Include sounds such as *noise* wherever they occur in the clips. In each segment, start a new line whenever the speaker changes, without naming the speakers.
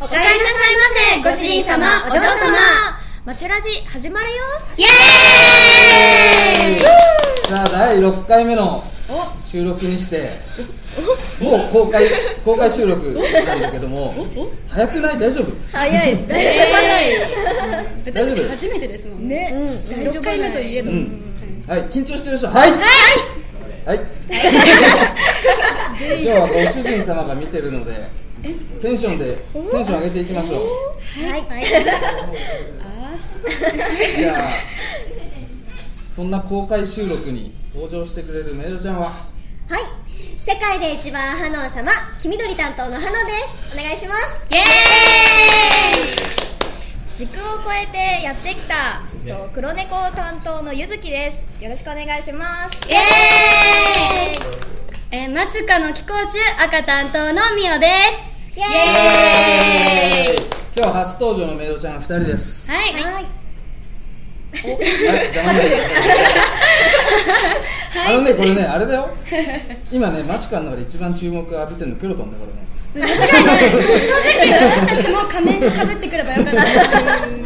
お帰りなさいませご主人様お嬢様
マチュラジ始まるよ
イエーイ
さあ第6回目の収録にしてもう公開公開収録なんだけども早くない大丈夫
早いですね。
大丈夫
初めてですもんね。
ね、大丈
六
夫
回目といえど
う。んはい緊張してる人はいはい、
*laughs*
今日はご主人様が見てるのでテンションでテンション上げていきましょう
あーす
じゃあそんな公開収録に登場してくれるメイドちゃんは
はい世界で一番ハノー様黄緑担当のハノーですお願いします
イエーイ時空を超えてやってきたと黒猫担当のゆずきですよろしくお願いします
イエーイ
えー、マチュカの貴公衆赤担当のみおです
イエーイ
今日初登場のメイドちゃん2人です
はい
はい
はい、黙ってください。あのね、これね、あれだよ。今ね、マチカンの中で一番注目浴びてるの、クロトンだからね。
正直私たちも仮 *laughs* 面かぶってくればよかった。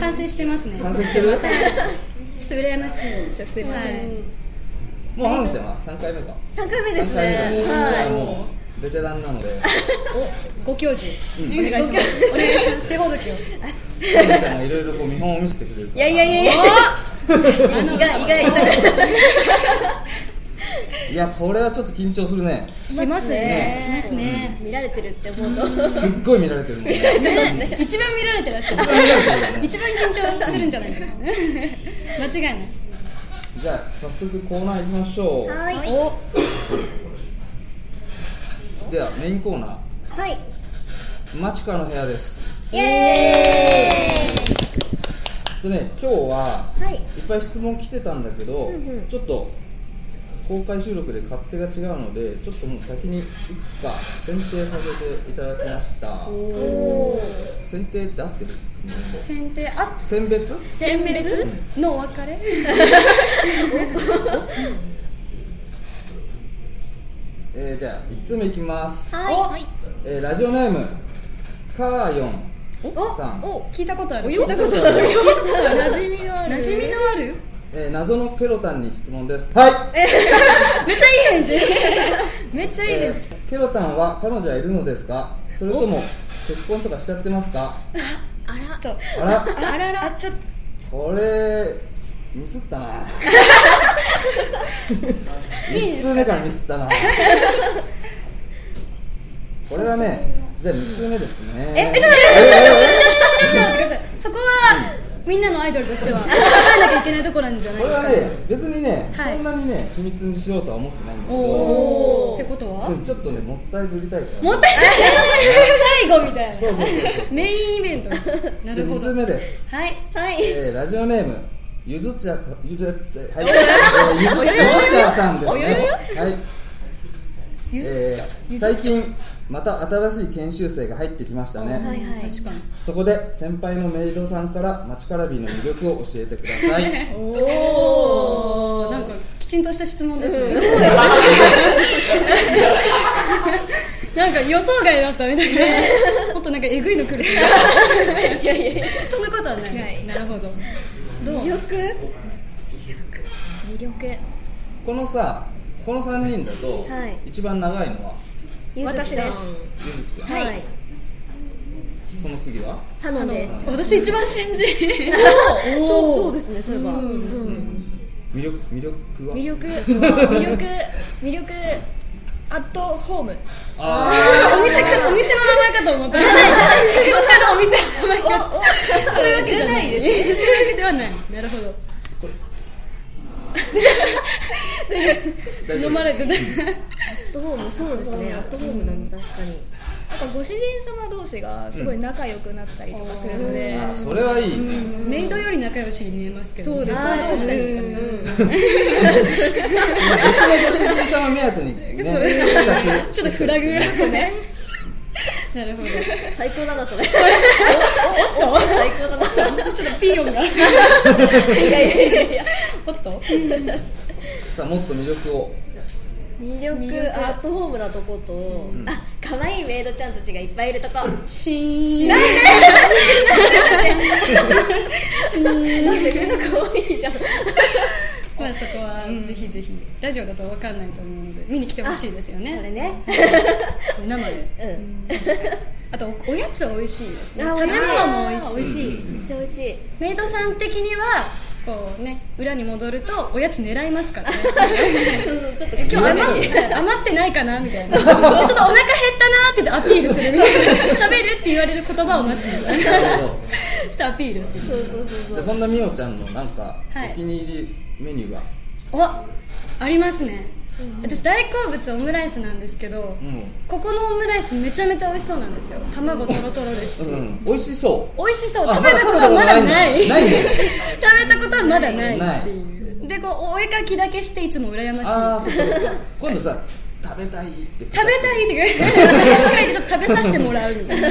反省してますね。
完成してる。
ちょっと羨ましい。すいません。
もう、ハンちゃんは三回目か。
3回目で
三
す
回目
ね
だ。
は
もう、ベテランなので。
ご教授お願いします。お願いします。手ほどきを。
ハンちゃんがいろいろこう見本を見せてくれるか
いい
ら。
やいやいやいや意外意外だ
いや、これはちょっと緊張するね。
しますね。しますね。
見られてるって思うと
すっごい見られてるもんね。
一番見られてらっしゃ
一
る。
番見られてるよね
一。番緊張するんじゃないかな。間違いない。
じゃあ、早速コーナー行きましょう。
はい
お、
では、メインコーナ
はい
ー、マチカの部屋です。
イエー
でね、今日は。
イはい
いっぱい質問来てたんだけど、
んうん
ちょっと公開収録で勝手が違うのでちょっともう先にいくつか選定させていただきました選定って合ってる
選定あ、
選別
選別のお別れ。
えー、じゃあ1つ目いきます、
はい
えーラジオネームカーヨンさん、
お、聞いたことある。
聞いたことあるよ馴染みのあ
馴染みのある。
えー謎のケロタンに質問ですはい、
めっちゃいい返事。 *laughs* めっちゃいい
え
返事。
ーケロタンは彼女はいるのですかそれとも結婚とかしちゃってますか
あら
ちょっと
あら
あらら、ちょっと。
これミスったな *laughs* 1通目からミスったなこれはねじゃあ2通目ですねええ
ちょっと待ってください。そこは、みんなのアイドルとしては、考えなきゃいけないところなんじゃない
こ
で
れ
す
は
か。
ね別にね、そんなにね秘密にしようとは思ってないんだけど
おお。ってことは
で。もちょっとねもったいぶりたいから
もったいない。最後みたい
そうそうそう
な。メインイベント。な
じゃ
る
あ
ほ
2
ど
通。目です、
はい。
はい
えーラジオネームゆずちゃさんゆずはい、えーゆずゆずちゃさんですねはい
ゆず
えー最近また新しい研修生が入ってきましたね、
はいはい
確かに。
そこで先輩のメイドさんからマチカラビーの魅力を教えてください
おお。なんか、きちんとした質問ですね。なんか予想外だったみたいな。もっとなんかえぐいの来る。
いやいやいや
そんなことはない。なるほど。どう。
魅力
魅力。
*laughs* このさこの3人だと、
はい
一番長いのは
ゆずきさん
ゆずきさん
はい
その次は
ハノンです
私一番新人。
そうそうですねそういえば
魅力魅力は
魅力魅力魅力アットホーム
あ
お店かお店の名前かと思った。他のお店の名前か。
*laughs*
そういうわけじゃないです。そういうわけではない。なるほど。
ー大丈
飲
夫
まれてない。
アットホームそうですねアットホームだね確かに
なんかご主人様同士がすごい仲良くなったりとかするので、
あーそれはいいね、
メイドより仲良しに見えますけど。
そうです
あー確かに
別のご主人様目当てにね
*laughs* そう
企画
ちょっとフラグがね。なるほど。
最高だなそれおおおお最高だな
ちょっとピーヨンが。
いやいやいやいや
おっと。 *laughs*
さあもっと魅力を
魅力アットホームなとことあ可愛いメイドちゃんたちがいっぱいいるとこなんで
シーン
みんな可愛いじゃん
まあそこはぜひぜひラジオだと分かんないと思うので見に来てほしいですよ
それ
ね
ね
生で
うん
あとおおやつ美味しいですね
あ
食
美
べ
味しい
物も美味しい
美味しい
めっちゃ美味しい
メイドさん的にはこうね裏に戻るとおやつ狙いますからね *laughs*
そうそうちょっと
今日余って余ってないかなみたいなちょっとお腹減ったなって言ってアピールす *laughs* るみたいな食べるって言われる言葉を待つみたいなしてアピールする
そうそうそう
でそんなみおちゃんのなんか
はい
お気に入りメニューが、
おありますね私大好物オムライスなんですけど
うん
ここのオムライスめちゃめちゃ美味しそうなんですよ卵トロトロですし、
うん、美味しそ
美味しそう
あ
食べたことはまだ *laughs* ない
まだ食べたことないんだ
食べたことはまだないっていうでこうお絵かきだけしていつも羨
う
ましい
ああそっかそっか今度さ食べたいって
食べたいって書いてちょっと食べさせてもらうみたいな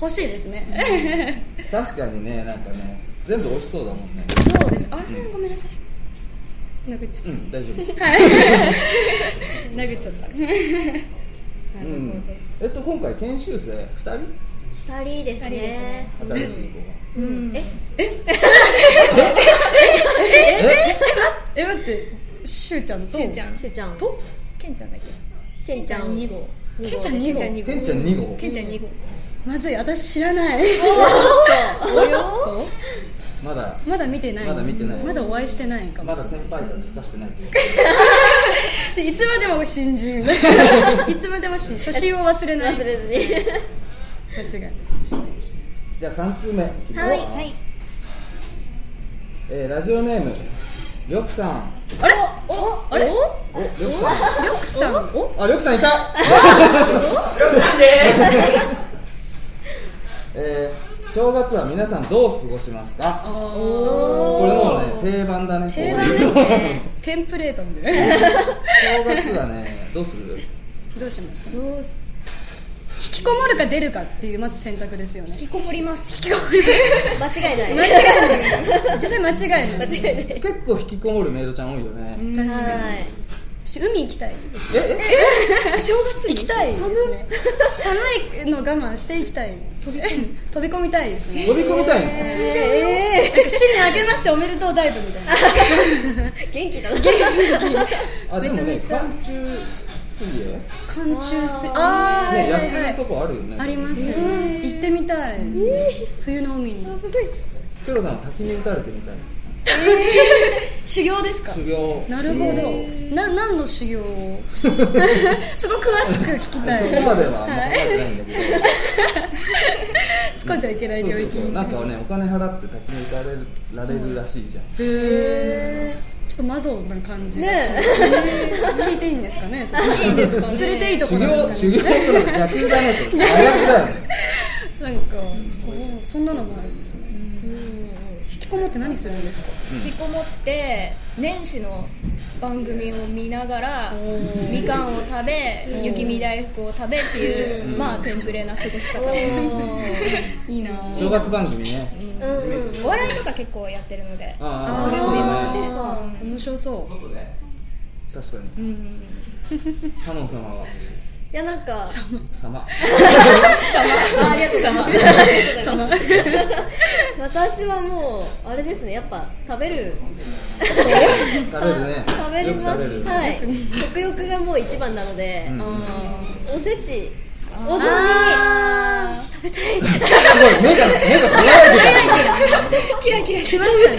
欲しいですね
確かにねなんかね全部美味しそうだもんね
そうですあーごめんなさい殴っちゃ
う
っ
ん大丈夫
た、はい殴っちゃったな
う
る
ん
ほど、
えっと今回研修生2人
二人です
二人です
ね
ね
新しい子が
うんえ
え待ってしゅうちゃんと
しゅうちゃん
しゅうちゃん
と
けんちゃんだっけ
けんちゃん
二号
けんちゃん2号
けんちゃん2号
けんちゃん2号
まずい私知らない
およ
おっと
まだ
まだ見てない
まだ見てない
まだお会いしてないか
ま
もしれ
だ
ない
先輩風吹かしてないっていう
ちょいつまでも新人いつまでも新初心を忘れない
忘れずに
間違いない
じゃあ3通目いきます、
はい
はい
えーラジオネームりょくさん
あれ
おお
あれりょ
おりょくさ
くさんお
んありょくさんいた *laughs* えー正月は皆さんどう過ごしますか
お
これもうね定番だね
定番ですねテンプレートみたいな
正月はねどうす
*laughs*
る
どうしますか
どうす
引きこもるか出るかっていうまず選択ですよね
引きこもります
引きこもる
間違いない
間違いない実際間違いない
間違いない
結構引きこもるメイドちゃん多いよね、
確かに
はい
私海行きたい
え
正月行きたいですね寒いの我慢していきたい飛び飛び込みたいですね
え飛び込みたい
*laughs*
の
死んじゃうよ、
なんか新年明けましておめでとうダイブみたいな
元気だな
あでもね
めちゃ
寒中水泳
寒中水あー
ね、やっ
は
て
いは
る
い
とこあるよね。
ありますよね行ってみたいですね冬の海に
プロなの滝に打たれてみたい。
修行ですか
修行。
なるほどな何の修行 *laughs* をすごい詳しく聞きたい
そこまではあんま考
は
えて
い
ないんだけど。
突っ込んじゃいけない領
そう
域
そうそう。なんかね、お金払って滝に打たれるられるらしいじゃん。
へーちょっとマゾな感じが
ね
しますね聞いていいんですかね
いいですかね
触れていいとこ
修
ろなん
行
です
修
かね
行との逆だね。それ真逆だよね。
なんかそうそんなのもあるんですね引きこもって何するんですか
引きこもって年始の番組を見ながら
ー
みかんを食べ
おー
雪見大福を食べっていうまあテンプレな過ごし方
いいなぁ
正月番組ね。
うんうん
お笑いとか結構やってるので
あ
あ
あ、
ー
それを見ま
せるか
面白そう
す。確かに。カノン様は
やなんか
様。
あありがとうございます
その
私はもうあれですねやっぱ食べる
食べるね。
食べれま
よく食
す
べる
はい食欲がもう一番なので、
うん
おせちお雑
あ
煮食べたい
すごい目が目が輝いて
*laughs*
た。
キラキラしま
確か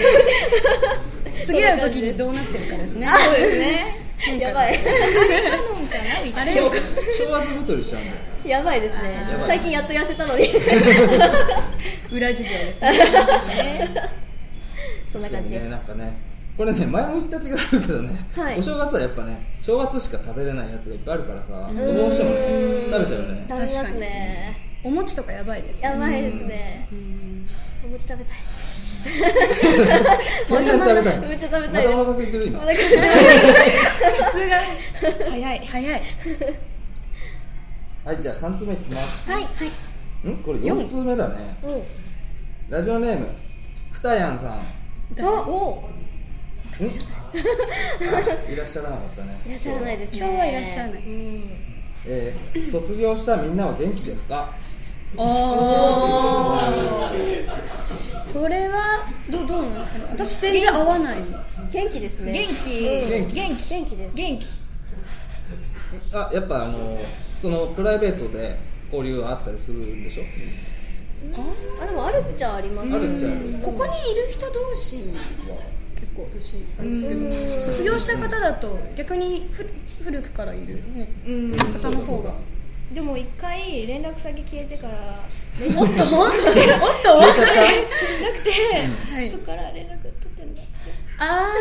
に次会う時にどうなってるかですね
そうですね
やばい *laughs*
カノンかなみたいな
あれ
正月太りしちゃうんだよ。
やばいですねちょっと最近やっと痩せたのに
裏事情ですね
そんな感じです
ね、なんかねこれね前も言った気がするけどね、
はい
お正月はやっぱね正月しか食べれないやつがいっぱいあるからさどうしてもね食べちゃうよね
食べますね
お餅とかやばいですよ
やばいですねお餅食べたい
そんなに食べたい
めっちゃ食べた
ま
い
た
です
お腹空いてる今
お腹すいてる
さすが
早い
早い
はいじゃあ3つ目いきます
はい
んこれ
四
4つ目だね
お
ラジオネームふた
*laughs*
やんさん
お
いらっしゃらなかったね
いらっしゃらないですね
今日はいらっしゃらない
うん
えー卒業したみんなは元気です
*laughs*
か
おーそれはどどうなんですかね私全然合わない
元気ですね
元気、
元気
元気
元気です
元気
あやっぱあのそのプライベートで交流はあったりするんでしょ
あでもあるっちゃあります
あるっちゃある
ここにいる人同士は結構私あれですけど卒業した方だと逆にふ古くからいる、ね、
うん
方の方が
でも一回連絡先消えてから
おっとおっと
*laughs*
なくて、
はい
そっから連絡取ってんだ
あ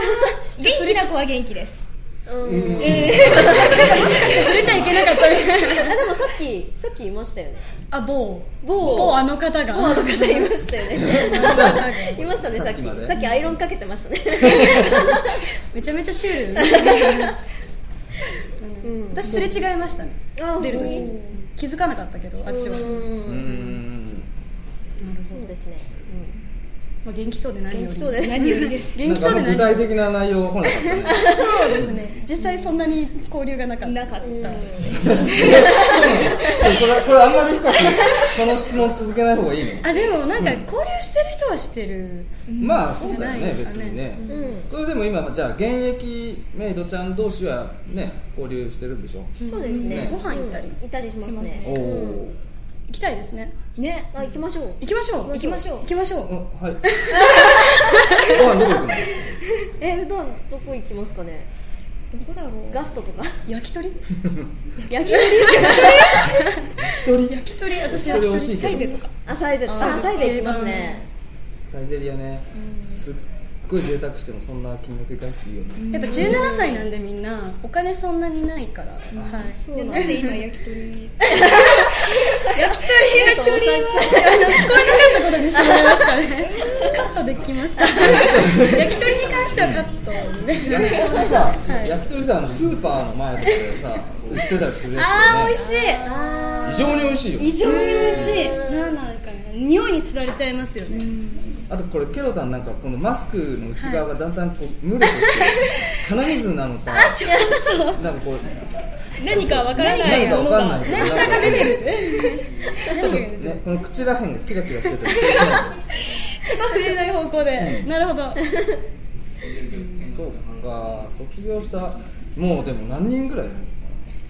元気な子は元気です
うん
あもしかして触れちゃいけなかったみたい
あでもさっきさっき言いましたよね
なあ某
某
某あの方が
もうあの方いましたよねいましたねさっ
さっ
き
きまで
さっきアイロンかけてましたね
*laughs* めちゃめちゃシュール、
*laughs*
うん私すれ違いましたね
あ
出る時
う
に気づかなかったけどあっちはなる
う
うん
ん
ほ
そう
ど、
ですね
まあ、元気そうで何より
元気そうで
何よ
*laughs*
りです
な
元
ん
気そ
か
う
あんま
で
具
何よ
体的な内容は来なかった
*laughs*
ね
りそうですね実際そんなに交流がなかった
なかったです
そうこれはこれあんまり深くこの質問続けない方がいいの
あでもなんか交流してる人はしてる、
まあそうだよね
じゃないですか
別
ね
にね、
うんうん
これでも今じゃあ現役メイドちゃん同士はね交流してるんでしょ、
そうですね
ご飯行ったり
うん行ったりしますね
おお
行きたいですね
ね
あ行きましょう
行きましょう
行きましょう
行きましょう
ーあはいご飯どこ行くの
え普段どこ行きますかね
どこだろう
ガストとか
焼き鳥焼
焼き鳥
一人
き鳥私
焼き鳥美味しい
サイゼとか
あサイゼあ
あー
サイゼ行きますね
サイゼリアねすっごい贅沢してもそんな金額いかなくていいよね、
やっぱ17歳なんでみんなお金そんなにないから、はい
でなんで今焼き鳥
焼き鳥焼き鳥はあの聞こえなかったことにしてもらえますかねカットできますか
*laughs*
焼き鳥に関してはカットね
焼き鳥さ、
い
焼き鳥さあのスーパーの前とかでさ売ってたりするやつ
あー美味
い
しい
あ
非常に美味しいよ
異常に美味しい何なんですかね匂いにつられちゃいますよね
あとこれケロタンなんかこのマスクの内側がだんだんこう無理して鼻水なのか
ちょっと
なんかこう
何かわからな
何
い
か
も
わ
の
かん
が
ないけど
何かが出てる
ちょっと
何が出て
ねこの口らへんがキラキラしてて
そ *laughs* こ触れない方向でなるほど
そうか卒業したもうでも何人ぐらい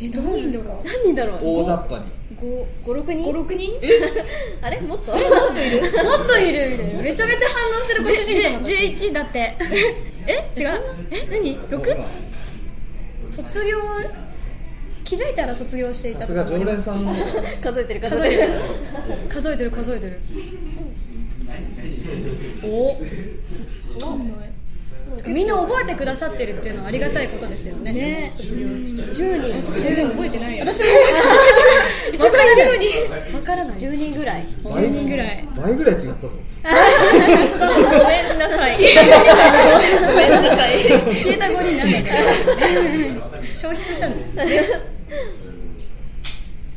えどういうんですか
ー何人だろう
大雑把に
五五六人
五六人
あれもっ *laughs* と
もっといるみたいなめちゃめちゃ反応してるご主人様たち
11だってえ違うえ何
もう
6?
卒業気づいたら卒業してい
今
た
さ
と
すが
かあ
常
りま
連
す
さんの
数えてる数
数
えて
えて
る
る数えてる数えてるおてかみんな覚えてくださってるっていうのはありがたいことですよね
ね
卒業して
十人
十分覚えてないよ
私も覚えてない一応からない分からない
十人ぐらい
倍
人ぐらい
倍ぐらい違ったぞ
ごめんなさいごめんなさい
消えた5人なんだけど消失したんだ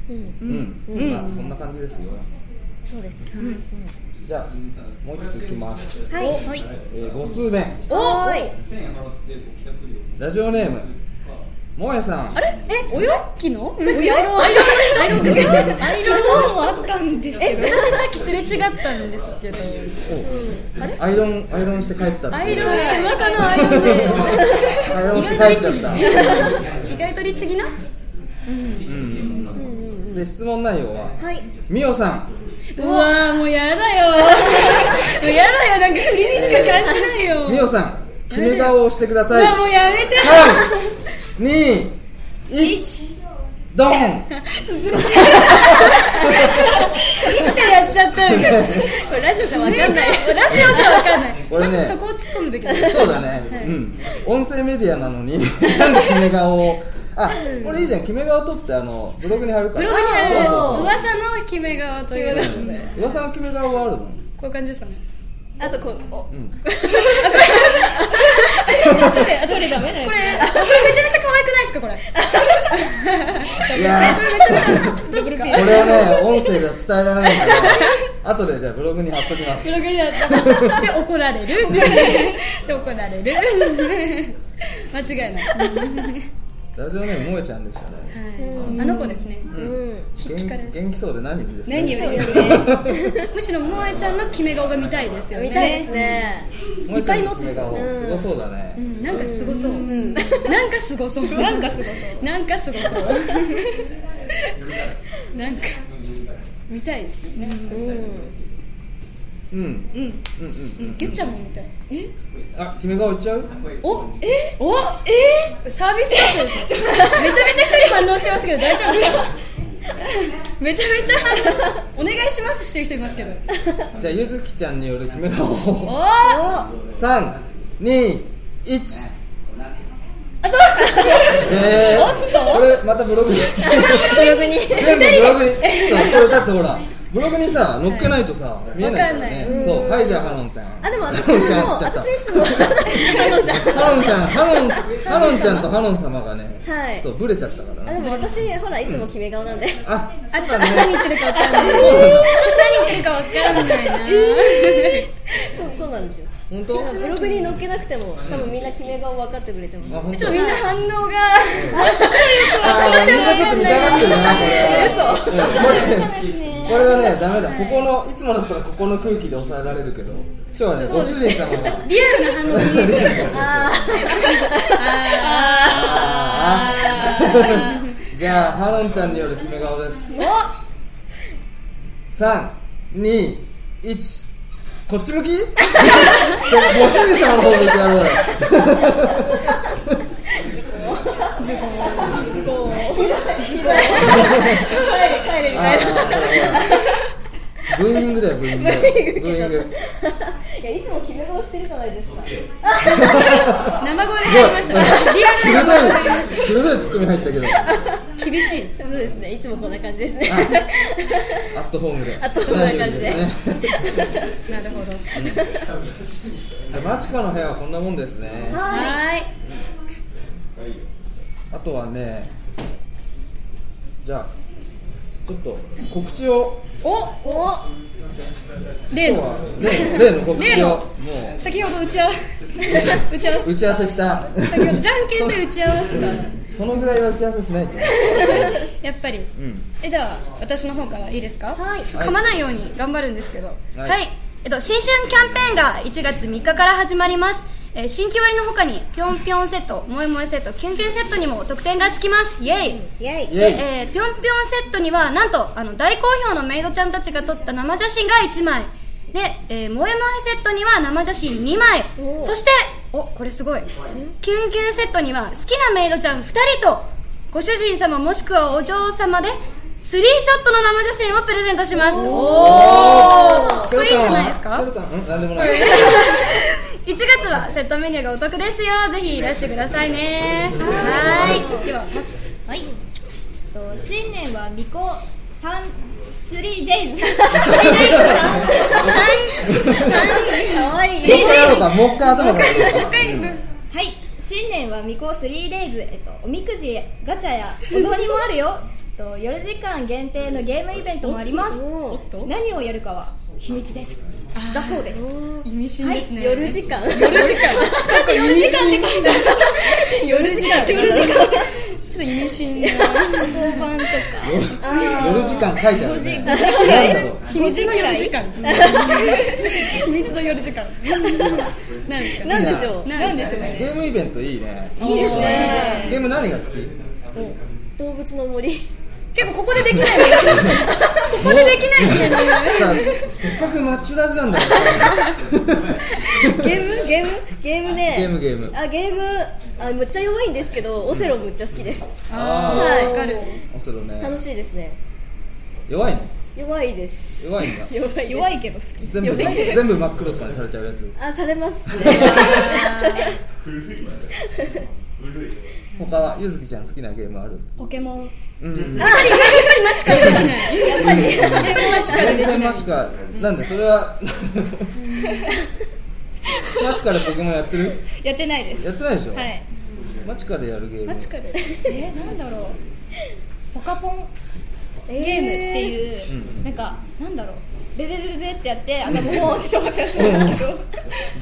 うん、まあそんな感じですよ
そうですね
じゃあもう一ついきます、
はい
はい
えー、5通
お
目
ーい
ラジオネームもえさん
あれおやっき
さっ
の
きアイロンアイロンかけて
昨日はあったんですけ
え
ど
私さっきすれ違ったんですけど
おアイロンアイロンして帰ったって
アイロンして噂のアイロンして
アイロンして帰っちゃった
人意外と律儀な
うんで質問内容は
はい
みおさん
うわーもうやだよもうやだよなんか振りにしか感じないよ
みおさん決め顔をしてくだ
う
さい
わもうやめて
三二一ドン
いつかやっちゃったみたいな
これラジオじゃわかんない
ラジオじゃわかんない
これ
ま
ね
ずそこを突っ込むべきだね
そうだね、
はい
うん音声メディアなのになんで決め顔をあこれいいじゃん決め顔撮ってあのブログに貼るか
ブ
ら
ログにあ
あ
る
そうそう
噂の決め顔という
決め
噂の決め顔はあるの
こういう感じですかね
あとこうお
うん
それダメなやつ
これこれめちゃめちゃ可愛くないですかこれ
いやー
どうですか
これはね音声では伝えられないから
*laughs*
後でじゃあブログに貼っときます
ブログにあったで怒られ *laughs* るで怒られる間違いない
ラジオネーム萌えちゃんでしたね
うん
あの子ですね
う
うん
筆記から
元
して
元気そうで何よりですね
何よりです *laughs* むしろ萌えちゃんの決め顔が見たいですよね
見たいですね
萌えちゃんの
い
爪
っぱい
顔
っ
持
てそう
すごそうだね、
うんなんかすごそう、
ん
なんかすごそう
なんかすごそう
なんかすごそうなんか見たいですよね
うん
うん、うんう
うん、うん
んうん
ゲッちゃんも見たい
あ決め顔いっちゃう
おえおえサービスショットですめちゃめちゃ一人反応してますけど大丈夫ですかめちゃめちゃ反応お願いしますしてる人いますけど
じゃあゆずきちゃんによる決め顔
お
を
ー
321
あそう
え
おっと
これまたブログに
ブログに
全部ブログにそうこれだってほらブログにさ載っけないとさ、見えないからね
わかんない
そうはいじゃあハノンさん
あ
*laughs*
でも *laughs* 私
ハノン
も
ちゃんしちゃった
私いつ *laughs* もあのじゃん
ハノンちゃんハノンハノンちゃんとハノン様がね、
はい
そうブレちゃったから
あで
ね
も私ほらいつも決め顔なんで *laughs*
あ
あ
そう
ちょ
だ
っと何
ね
言ってるかわかんない
そうなんだ
何言ってるかわかんないな、
そうそうなんですよ
本当
ブログに載っけなくても多分みんな決め顔分かってくれてます
あ本
ち
当
ょっとみんな反応が
あーみんなちょっと見たがってるなこ
嘘
れはうんこれこれはねダメだここのいつもだったらここの空気で抑えられるけど今日はねご主人様が
リアルな反応で
*laughs*
見えちゃう
あ
あ
あ
あ
ーじゃあハノンちゃんによる決め顔です321こっち向きそれご主人様の方向いてやろうよ
*laughs* ー帰れみたいな
ブーイングだよブーイングブーイング
いやいつも決め顔してるじゃないですか
ー生声で入りましたねリアルな反応で入りまし
鋭い鋭いツッコミ入ったけど
た厳しい
そうですねいつもこんな感じですね
アットホームで
アットホームな感じで
大丈夫ですね
なるほど
マチコの部屋はこんなもんですね
は
はーい
あとはねじゃあちょっと告知を
ー
お
いお
例
今日
の
は例の例の告
例
知を
の
も
先ほど打ち合わせ打ち合わ
う打ち合わせした
せ先ほどじゃんけんで打ち合わせた
そのぐらいは打ち合わせしないと
やっぱり
うん
えでは私の方からいいですか
はい
噛まないように頑張るんですけど
は
はいい、えっと、新春キャンペーンが1月3日から始まります、えー新規割の他にぴょんぴょんセットもえもえセットキュンキュンセットにも特典がつきますイエイ
イエイ
イ
で
エ
えーぴょんぴょんセットにはなんとあの大好評のメイドちゃんたちが撮った生写真が1枚で、えー、もえもえセットには生写真2枚
おー
そしておこれすごいキュンキュンセットには好きなメイドちゃん2人とご主人様もしくはお嬢様でスリーショットの生写真をプレゼントしますおおこれいいじゃないですか
取れたうんなんでもない
*laughs* 1月はセットメニューがお得ですよぜひいらしてくださいねはーいではパス
はいと新年は巫女三スリーデイズ
かわいい
もう一回やろうかもう一回頭からやろうか
はい新年は巫女 3days、えっと、おみくじガチャやお雑煮もあるよ、えっと、夜時間限定のゲームイベントもあります
おっ
何をやるかは秘密ですだそうです
意味深ですね、
夜時間夜時間
夜時間って書いてある
夜時間
夜時間ちょっと意味深な
相番とか
夜時間書いてあるね
5時
なんだろう
秘密の夜時間秘密の夜時間なんですかね
なんでしょう
なんでしょうね
ゲームイベントいいね
いいですね
ゲーム何が好き
動物の森
結構ここでできないのが来ましたねここでできないゲーム
さあせっかくマッチラジなんだか
ゲームゲームゲーム
らゲーム
ね
ゲーム
あゲームあむっちゃ弱いんですけどオセロむっちゃ好きです
あ
はい
ーわかる
オセロね
楽しいですね
弱いの
弱いです
弱いんだ
弱いです
弱いけど好き
全部全部真っ黒とかにされちゃうやつ
あされます *laughs* ね
他はゆずきちゃん好きなゲームある
ポケモン
うん
やっぱり
全然マチカなんでそれはマチカでポケモンやってる
やってないです
やってないでしょ
はい
マチカでやるゲーム
マチカル
えー、なんだろうポカポンゲームっていう、なんかなんだろうベベベベベってやって頭ボーンって飛ばせるんですけど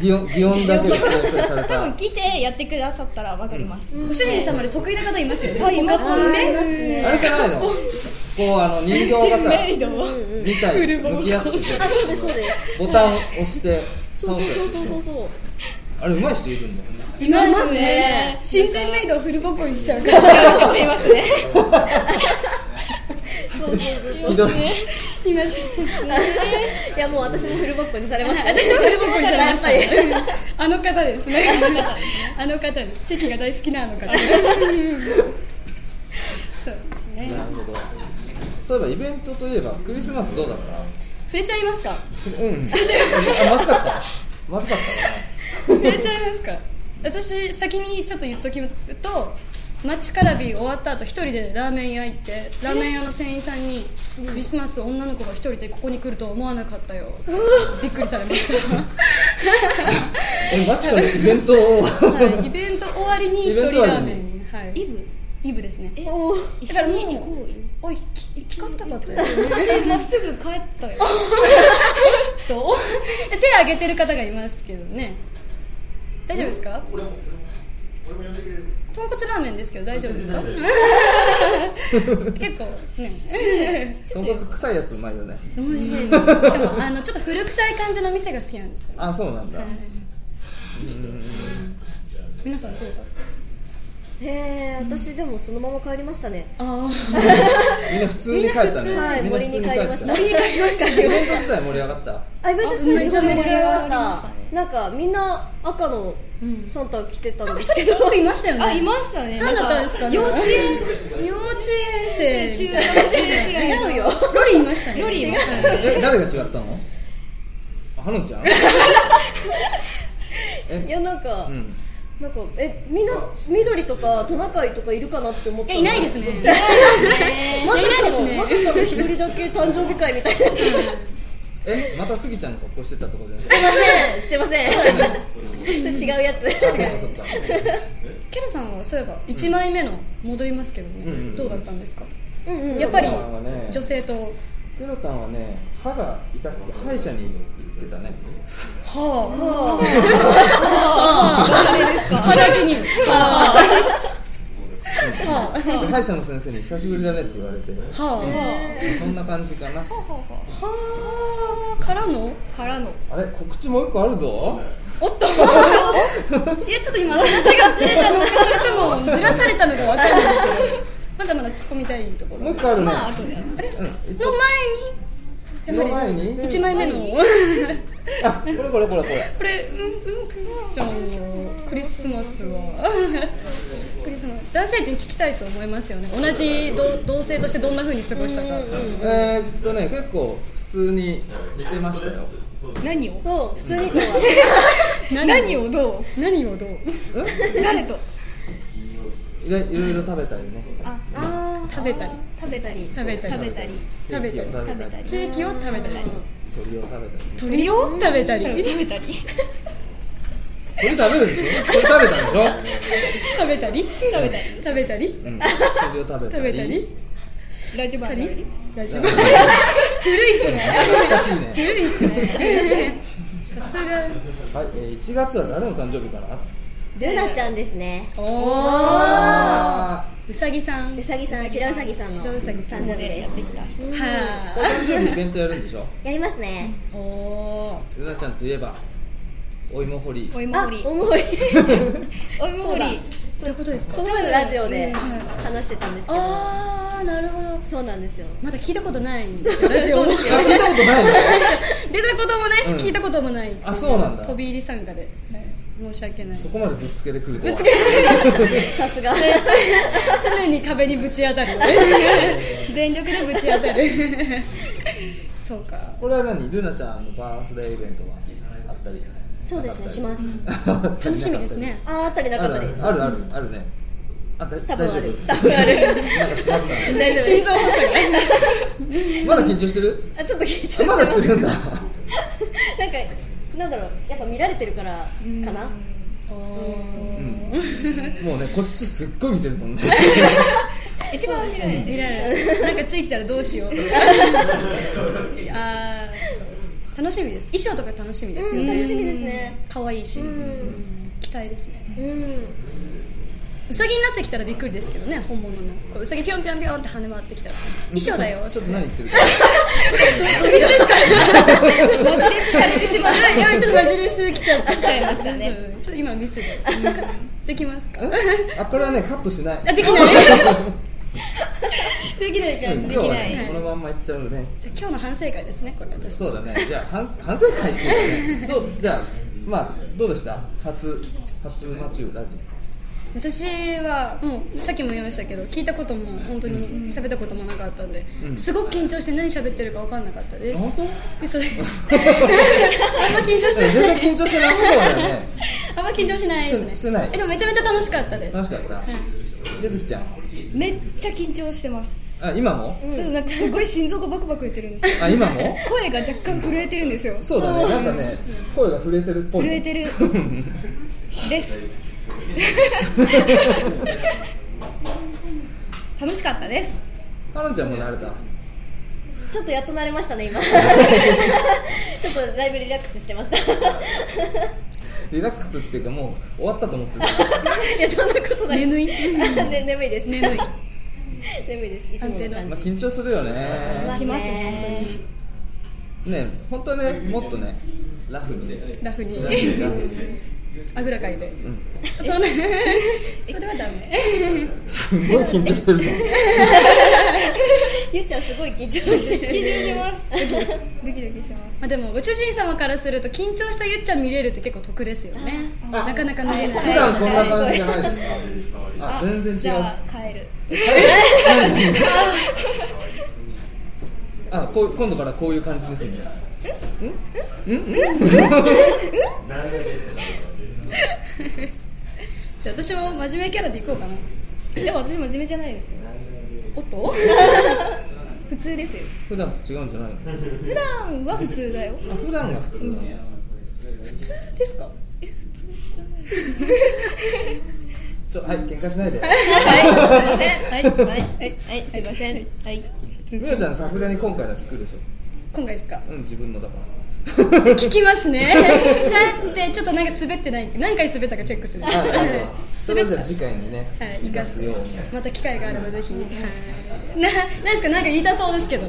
擬音擬音だけで構成され
多分
た
来てやってくださったら分かります、
ご主人様で得意な方いますよね。
はいいます
本
あります
で。
ね
あれじゃないのこうあの人
*laughs*
形がさ
メイドも
2体向き合ってて
あそうですそうです
ボタン押して
そう
倒す
そうそうそうそうそう
あれ上手い人いるんだよね
いま
いますす
ね
ね。
新人メイドをフルボコにしちゃう。
思いますね
そうそうそう
ひどい
います。
*laughs* いやもう私もフルボッコにされましたね
私もフルボコにされました
やっぱり
あの方ですね。あの方です。チェキが大好きなあの方。そうですね。
なるほどそういえばイベントといえばクリスマスどうだった
触れちゃいますか。
*laughs*
うんあまずかったまずかっ
触れちゃいますか。私先にちょっと言っときますと。街カラビ終わった後一人でラーメン屋行ってラーメン屋の店員さんに「クリスマス女の子が一人でここに来ると思わなかったよ」びっくりされ
*laughs*
ました
たなえマジかのイベ
*laughs*
ントを
はい、イベント終わりに一人ラーメ
イベ
ン、はい、イブイブですね
え
おー
一緒に行こうよおいききかったかったよ私もうすぐ帰ったよ
*laughs* と *laughs* 手挙げてる方がいますけどね大丈夫ですか豚骨ラーメンですけど大丈夫ですか *laughs* 結構ね
豚骨臭いやつうまいよね
美味しいですでもあのちょっと古臭い感じの店が好きなんですよね、
あそうなんだ
はいはい皆さんどうだ
へえ私でもそのまま帰りましたね
あ
みんな普通に帰ったね
はい
みんな
森
普通
に
に
帰
帰っ
りま
た
した
イ
帰りました
ベント自体盛り上がった
あイベントスペースすごい盛り上がりまし
あ
たなんかみんな赤のサンタ着てたんですけ *laughs* ど
あ僕いましたよね
あいましたね
何だったんですかね
幼稚園
幼稚園生
中
みたいな
学生くらいの
違うよ
ロリいましたね。
ロリいました
ね。
え誰が違ったのあはの
*laughs*
ちゃん
い
え
やなんか
うん
なんかえみんな緑とかトナカイとかいるかなって思った
えいないです
ね
ね。
まさかの
いない
ま
で
さかの一人だけ誕生日会みたい *laughs* になっちゃう
えまたスギちゃんの格好してたとこじゃな
し
い
てませんしてませんそれ違うやつ *laughs*
あそっかそっか
ケロさんはそういえば一枚目の戻りますけどね、
うんうん
どうだったんですか。
うんうん
やっぱり
ケロタンはね
女性と
ケロタンはね歯が痛くて歯医者に行ってたね
は
あ
あ腹毛には
で歯医者の先生に久しぶりだねって言われて
あ *laughs* は
そんな感じかな
あはあからの
からの
あれ告知もう一個あるぞ
おっと *laughs* いやちょっと今話がずれたのかそれともずらされたのかわかんないですけどまだまだ突っ込みたいところ
もう
の
一個あるね
まあ後で
あれうん
前
の前に
に一枚目の
あこれこれこれこれ
これうんうんじゃあクリスマスはクリスマス男性陣聞きたいと思いますよね同じ同同性としてどんな風に過ごしたか
えー、っとね結構普通にしてましたよ
何を
そう普通にとは
何をどう
何をどう
誰と
いろいろいろ食べたりね
あ
あ
食べたり
食べたり
食べたり
食べたり
ケーキを食べ
食
た
べ
り
たり
ケー
鳥
キを食べたり
を食べたり
鳥を食べたり
食べたり
鳥食べるでしょ鳥食べたでしょ
食べたり食べたり食べたり
うん鳥を食べた
食
り
べたり
ラジバ
た
ー
り
り
ラジ
う
オ
ん
古いっすね
懐かしいね
古いっすねさすが
はい、えー、1月は誰の誕生日かな
ルナちゃんですね
おお
あ
うさぎさん
うさぎさん白うさぎさんの
白うさぎさん
誕生日
で
で
や
す
ってきた人
は
ーお誕生日イベントやるんでしょ
やりますね
あおー
ルナちゃんといえばお芋掘り
お芋
あ
掘り
重い *laughs*
お芋掘り
どういうことですか
この前のラジオで話してたんですけど
ああなるほど
そうなんですよ
まだ聞いたことないんですよラジオ出
あ
*laughs*
聞いたことないの
たこともないし
うん
聞いたこともない
あそうなんだ
飛び入り参加で申し訳ない
そこまでぶっつけてくるとは
さすが
常に壁にぶ
*laughs*
ち当たる全力でぶち当たるそうか
これは何ルナちゃんのバランスデーイベントがあったり
そうですねします
す *laughs*
楽しみですね
あーあったりな
あ
か
る
った
あ
り
るあるあるあるねあだ
多分
大丈
ある
夫
多分ある
なんか詰まったね
大丈夫です
心臓発作
*laughs*
が
まだ緊張してる
あちょっと緊張して
あまだしてるんだ
なんかなんだろうやっぱ見られてるからかな
うんもうねこっちすっごい見てるもんね
一番見られて
見られるなんかついてたらどうしようとかああそう楽しみです衣装とか楽しみです
う
よ
ん、
ね、
楽しみですね。
可愛いし、
うん。
期待ですね
うん。
うさぎになってきたらびっくりですけどね本物のこううさぎぴょんぴょんぴょんって跳ね回ってきたら衣装だよ
ちょっ
つ
と
て
何言ってるか
マジレスされてしまっ
やばいちょっとマジレス来ちゃった
ちゃいましたね
そうちょっと今ミスでできますか
あこれはねカットしない
あできないできないから、
うん今
ね
日は
できな
ね
い
このまんまいっちゃうね
じゃあ今日の反省会ですねこれ私
そうだねじゃあ反反省会っていうかねどうじゃあまあどうでした初初マチューラジ
私はもうさっきも言いましたけど聞いたことも本当に喋ったこともなかったんで、
うん
すごく緊張して何喋ってるか分かんなかったです、
本当
嘘ですあんま緊張し
全
てない
然緊張してないそうだよね
あんま緊張しないですね
してしてない
えでもめちゃめちゃ楽しかったです
楽しかったゆずきちゃん
めっちゃ緊張してます、
あ今も
そうなんかすごい心臓がバクバクいってるんですよ
あ今も
声が若干震えてるんですよ
そうだねなんかね声が震えてるっぽい
震えてる *laughs* です。楽しかったです。
はるんちゃんも慣れた
ちょっとやっと慣れましたね、今。ちょっとだいぶリラックスしてました。
リラックスっていうかもう終わったと思ってる
いや、そんなことない。
眠い
あ *laughs* ね、眠いです。
*laughs*
眠い
眠いです。いつもの感
まあ
じ。
緊張するよね
しますね
ね本当はねもっとねラフに
ラフに
ラフにラフに
*laughs* あぐらかいで、
ん
そん *laughs* なそれはダメ
すごい緊張してるじゃん
ゆうちゃんすごい緊張して
緊
る。
張します。ドキドキします。
まあでもご主人様からすると緊張したゆっちゃん見れるって結構得ですよね
あ
なかなか見れない
普段こんな感じじゃないですかあ全然違う
じゃあ帰る。
*laughs* あこう今度からこういう感じにするんだ
じゃあ私も真面目キャラでいこうかな
でも私真面目じゃないですよ。
音
普通ですよ。
普段と違うんじゃないの
普段は普通だよ。
あ普段が普通だね
普通ですか
ちょはい喧嘩しないで
*laughs*
はい、すいません。
は
はいい、はい、すいません。はい。
みおちゃんさすがに今回は聞くでしょ
今回ですか
うん自分のだか
*laughs* 聞きま
*laughs*
すねだってちょっとなんか滑ってない何回滑ったかチェックする
らあ
はい
それじゃあ次回にね
はい、
生
生
か
か
す
す
よ
よ
うに
また機会があればぜひ、はい、ななんですかなんか言いたそうですけど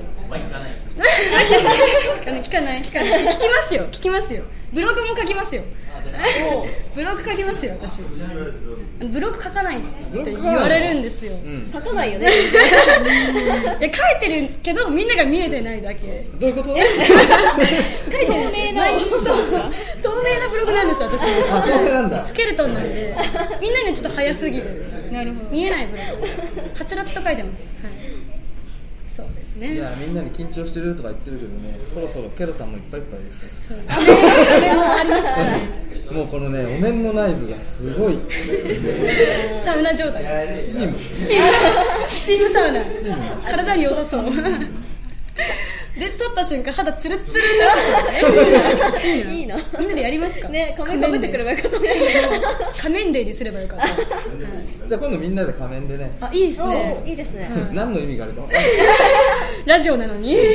聞かない聞かない聞かない聞きますよ聞きますよブログも書きますよブログ書きますよ私ブログ書かないって言われるんですよ、
う
い
ん
書かないよね。
や書いてるけどみんなが見えてないだけ
どういうこと
*laughs* 書いてるんですよ
透明な
毎日そう透明なブログなんです私
あこれなんだ
スケルトンなんでみんなにちょっと早すぎる
なるほど。
見えない部分はつらつと書いてます、はい、そうですね
いやみんなに緊張してるとか言ってるけどねそろそろケロタンもいっぱいいっぱいです
そうあれもありますしね
もうこのねお面の内部がすごい
サウナ状態
スチーム
スチームスチームサウナ
チーム
体に良さそうで取った瞬間肌ツルッツル
いいな。
みんなでやりますか
ね、仮面かぶってくればよかったね。
仮面デーにすればよかった
じゃあ今度みんなで仮面でね
あいいです
おーいい
ね
ですね。
何の意味があるか
ラジオなのになる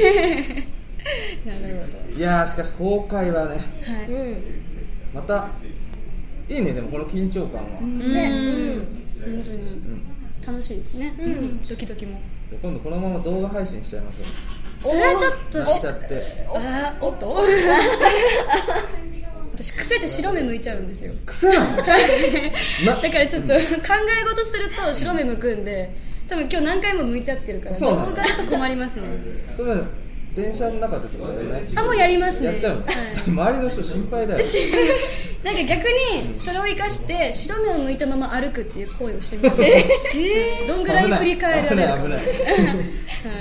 いやーしかし公開はね
ほどは
う
い
ん。
またいいねでもこの緊張感は、
う
ね
ーん本当に
うん
楽しいですね、ドキドキも
じゃあ今度このまま動画配信しちゃいましょ
それはちょっ
う
と
し
し
ちゃって
あーおっと私癖で白目向いちゃうんですよ
癖なのな
だからちょっと考え事すると白目向くんで多分今日何回も向いちゃってるから
そうな
ど
の
こからと困りますね
それ電車の中でとかでもない
あもうやりますね
やっちゃうの、
はい
それ周りの人心配だよ
しなんか逆にそれを生かして白目を向いたまま歩くっていう行為をしてみますどんぐらい振り返られるか
危ない危ない危ない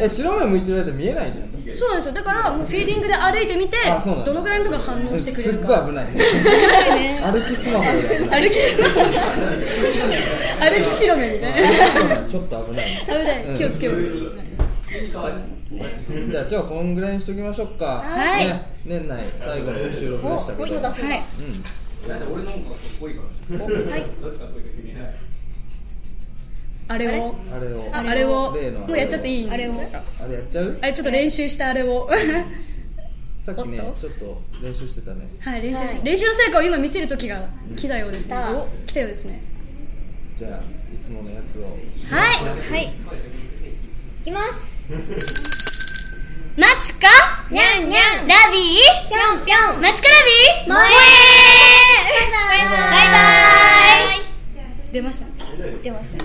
え白目向いてる間見えないじゃん
そうなんですよだからもうフィーリングで歩いてみて
あそうなんだ
どのぐらいのとこ反応してくれ
すっ
る
ごい
か
危ない
*laughs*
ないね。
歩きスマホで危ない
歩き歩き白目みたいな
ちょっと危ないね
危ない気をつけます、はい
じゃあ今日はこんぐらいにしときましょうか
はい
ね年内最後の収録でしたけ
お、そ
ど
うだそうだ。
うん
あれを
あれを
ああれを
例のあれを
もうやっちゃっていいんですか
あれを
あれやっちゃう
あれちょっと練習したあれを
さっきね
おっと
ちょっと練習してたね
*laughs* はい練習し、
はい
練習の成果を今見せる時が来たようですね
来た
お来たようですね
じゃあいつものやつを
はい
はい
いきます
マチカ
にゃんにゃん
ラ
ぴょ
ビ
んぴょ
ー
ん
マチカラビー
萌えバイバイ
出ました
出ました